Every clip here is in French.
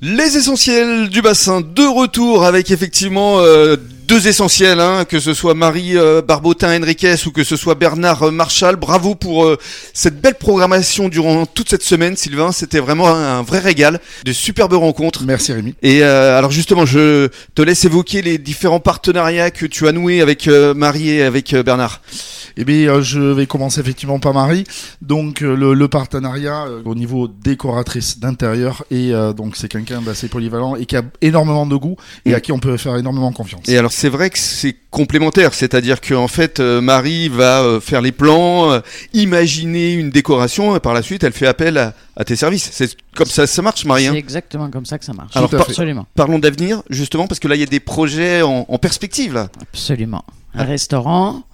Les essentiels du bassin de retour avec effectivement euh, deux essentiels, hein, que ce soit Marie euh, Barbotin Henriquez ou que ce soit Bernard euh, Marchal. Bravo pour euh, cette belle programmation durant toute cette semaine, Sylvain. C'était vraiment un, un vrai régal, de superbes rencontres. Merci Rémi. Et euh, alors justement, je te laisse évoquer les différents partenariats que tu as noués avec euh, Marie et avec euh, Bernard. Eh bien, euh, je vais commencer effectivement par Marie. Donc, euh, le, le partenariat euh, au niveau décoratrice d'intérieur. Et euh, donc, c'est quelqu'un d'assez polyvalent et qui a énormément de goût et Mm. à qui on peut faire énormément confiance. Et alors c'est vrai que c'est complémentaire, c'est-à-dire qu'en fait euh, Marie va euh, faire les plans, euh, imaginer une décoration et par la suite elle fait appel à, à tes services. C'est comme ça ça marche Marie. hein. C'est exactement comme ça que ça marche. Alors, Tout à par- fait. Absolument, Parlons d'avenir justement parce que là il y a des projets en, en perspective là. absolument. Ah. Un restaurant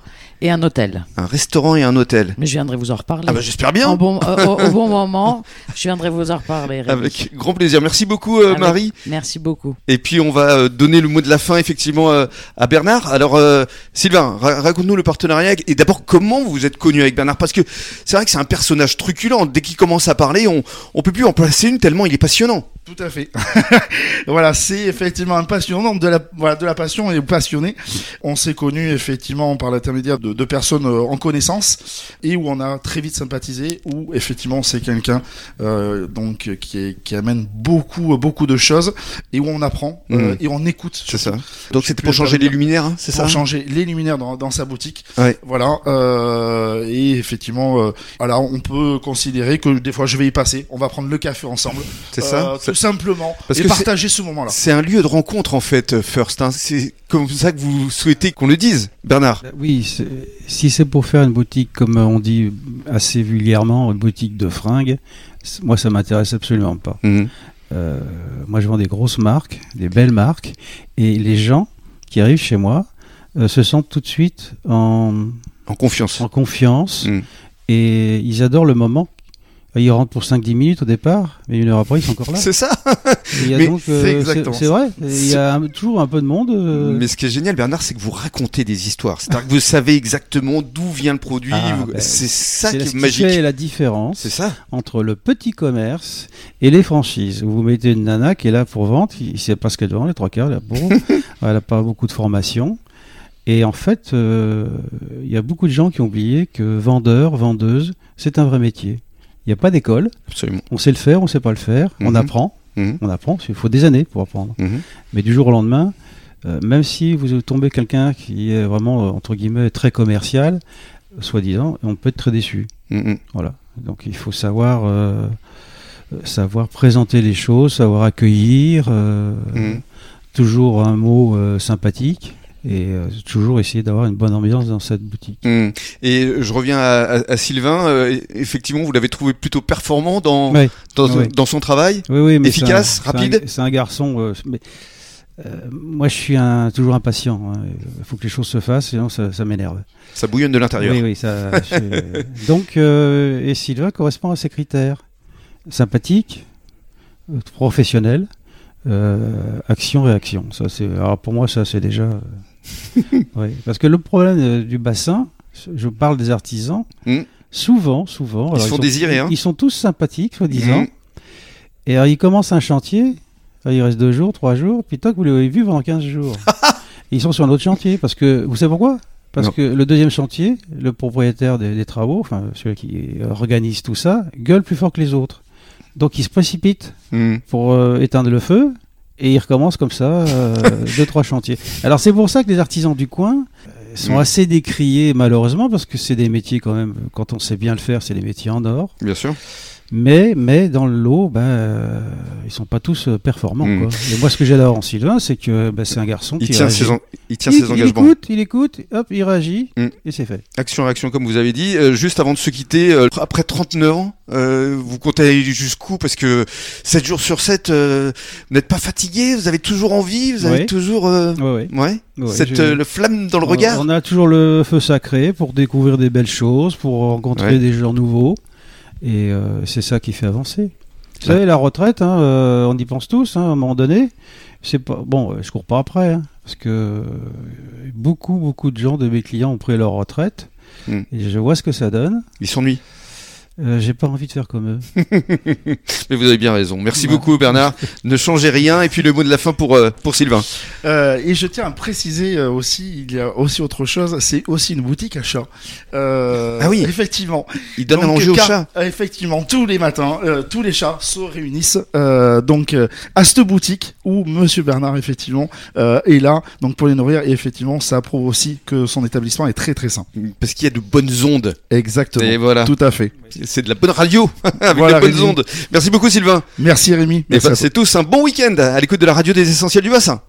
et un hôtel. Un restaurant et un hôtel. Mais je viendrai vous en reparler. Ah bah j'espère bien. En bon- euh, au, au bon moment, je viendrai vous en reparler. Rémi. Avec grand plaisir. Merci beaucoup euh, Avec- Marie. Merci beaucoup. Et puis on va euh, donner le mot de la fin effectivement euh, à Bernard. Alors euh, Sylvain, ra- raconte-nous le partenariat et d'abord comment vous êtes connu avec Bernard parce que c'est vrai que c'est un personnage truculent. Dès qu'il commence à parler, on on peut plus en placer une tellement il est passionnant. Tout à fait. voilà, c'est effectivement un passionnant de la, voilà, de la passion et passionné. On s'est connu effectivement par l'intermédiaire de, de personnes euh, en connaissance et où on a très vite sympathisé. Où effectivement c'est quelqu'un euh, donc euh, qui, est- qui amène beaucoup euh, beaucoup de choses et où on apprend euh, Mhm. et on écoute. C'est ça. surtout, Donc c'était pour changer les luminaires, hein, c'est ça Pour changer les luminaires dans, dans sa boutique. Ouais. Voilà. euh, et effectivement, euh, voilà, on peut considérer que des fois je vais y passer. On va prendre le café ensemble. C'est Euh, ça. Tout simplement. Parce et que c'est- partager ce moment-là. C'est un lieu de rencontre en fait, euh, First. hein. C'est comme ça que vous souhaitez qu'on le dise, Bernard. Ben Oui, c'est- si c'est pour faire une boutique, comme on dit assez vulgairement, une boutique de fringues, c- moi ça m'intéresse absolument pas. Euh, moi je vends des grosses marques, des belles marques, et les gens qui arrivent chez moi euh, se sentent tout de suite en, En confiance. en confiance Mm. et ils adorent le moment. Ils rentrent pour 5-10 minutes au départ, mais une heure après ils sont encore là. C'est ça. Et il y a mais donc, c'est euh, exactement c'est vrai, il y a un- toujours un peu de monde. euh, Mais ce qui est génial, Bernard, c'est que vous racontez des histoires. C'est-à-dire que vous savez exactement d'où vient le produit. Ah, vous- ben, c'est ça qui c'est là est ce qui magique. fait la différence. C'est ça. entre le petit commerce et les franchises. Vous mettez une nana qui est là pour vendre, qui ne sait pas ce qu'elle vend, les trois quarts, elle est là pour. elle n'a pas beaucoup de formation. Et en fait, euh, il y a beaucoup de gens qui ont oublié que vendeur, vendeuse, c'est un vrai métier. Il n'y a pas d'école, Absolument. on sait le faire, on ne sait pas le faire, on Mhm. apprend, Mhm. on apprend, il faut des années pour apprendre. Mhm. Mais du jour au lendemain, euh, même si vous tombez quelqu'un qui est vraiment, euh, entre guillemets, très commercial, soi-disant, on peut être très déçu. Mhm. Voilà. Donc il faut savoir, euh, euh, savoir présenter les choses, savoir accueillir, euh, Mhm. toujours un mot euh, sympathique et euh, toujours essayer d'avoir une bonne ambiance dans cette boutique. Mhm. Et je reviens à, à- à Sylvain. Euh, effectivement, vous l'avez trouvé plutôt performant dans, Ouais. Ah dans, Ouais. dans son travail. Oui, oui, mais c'est Efficace, un- c'est un- rapide C'est un, garçon. euh, mais, euh, moi, je suis un, toujours impatient. hein. Il faut que les choses se fassent, sinon ça, ça m'énerve. Ça bouillonne de l'intérieur. Oui, oui, ça. je- Donc, euh, et Sylvain correspond à ces critères sympathique, euh, professionnel, euh, action réaction. Ça, c'est. Alors pour moi, ça c'est déjà. euh, ouais. Parce que le problème euh, du bassin, je parle des artisans. Mm. Souvent, souvent. alors, se font sont- désirer, hein. Ils sont tous sympathiques, soi-disant. Mm. Et alors, ils commencent un chantier. alors, il reste deux jours, trois jours. Puis toc, vous l'avez vu pendant 15 jours. ils sont sur un autre chantier. Parce que, vous savez pourquoi Parce Non. que le deuxième chantier, le propriétaire des, des travaux, enfin celui qui euh, organise tout ça, gueule plus fort que les autres. Donc ils se précipitent Mhm. pour euh, éteindre le feu et ils recommencent comme ça euh, deux trois chantiers. Alors c'est pour ça que les artisans du coin euh, sont Mm. assez décriés malheureusement parce que c'est des métiers quand même quand on sait bien le faire c'est des métiers en or Bien sûr. mais mais dans le lot ben euh, ils sont pas tous euh, performants Mm. quoi. et moi ce que j'adore en Sylvain c'est que ben, c'est un garçon Il qui tient, réagit. ses, en- il tient Il- ses engagements. il écoute il écoute hop il réagit Mm. et c'est fait Action, réaction, comme vous avez dit. Euh, juste avant de se quitter, euh, après 39 ans, euh, vous comptez aller jusqu'où Parce que 7 jours sur 7, euh, vous n'êtes pas fatigué, vous avez toujours envie, vous avez Ouais. toujours... euh, ouais, ouais. Ouais, Ouais, cette j'ai- euh, le flamme dans le On- regard. On a toujours le feu sacré pour découvrir des belles choses, pour rencontrer Ouais. des gens nouveaux. Et euh, c'est ça qui fait avancer. Vous savez, la retraite, hein, euh, on y pense tous, hein, à un moment donné. C'est pas bon, euh, je cours pas après, hein, parce que euh, beaucoup, beaucoup de gens de mes clients ont pris leur retraite. Mm. Et je vois ce que ça donne. Il s'ennuie. Euh, J'ai pas envie de faire comme eux. Mais vous avez bien raison. Merci beaucoup Bernard. Ne changez rien. Et puis le mot de la fin pour, euh, pour Sylvain. Euh, et je tiens à préciser euh, aussi, il y a aussi autre chose, c'est aussi une boutique à chat. Euh, Ah oui. Effectivement. Il donne à Donc, manger au car- chat. euh, Effectivement, tous les matins, euh, tous les chats se réunissent euh, donc euh, à cette boutique où Monsieur Bernard effectivement euh, est là, donc pour les nourrir. Et effectivement, ça prouve aussi que son établissement est très très sain. Parce qu'il y a de bonnes ondes. Exactement. Et voilà. Tout à fait. C'est de la bonne radio. Avec Voilà, de bonnes Rémi. ondes. Merci beaucoup Sylvain. Eh Merci Rémi. Et Merci à ben, c'est tous un bon week-end à l'écoute de la radio des essentiels du bassin.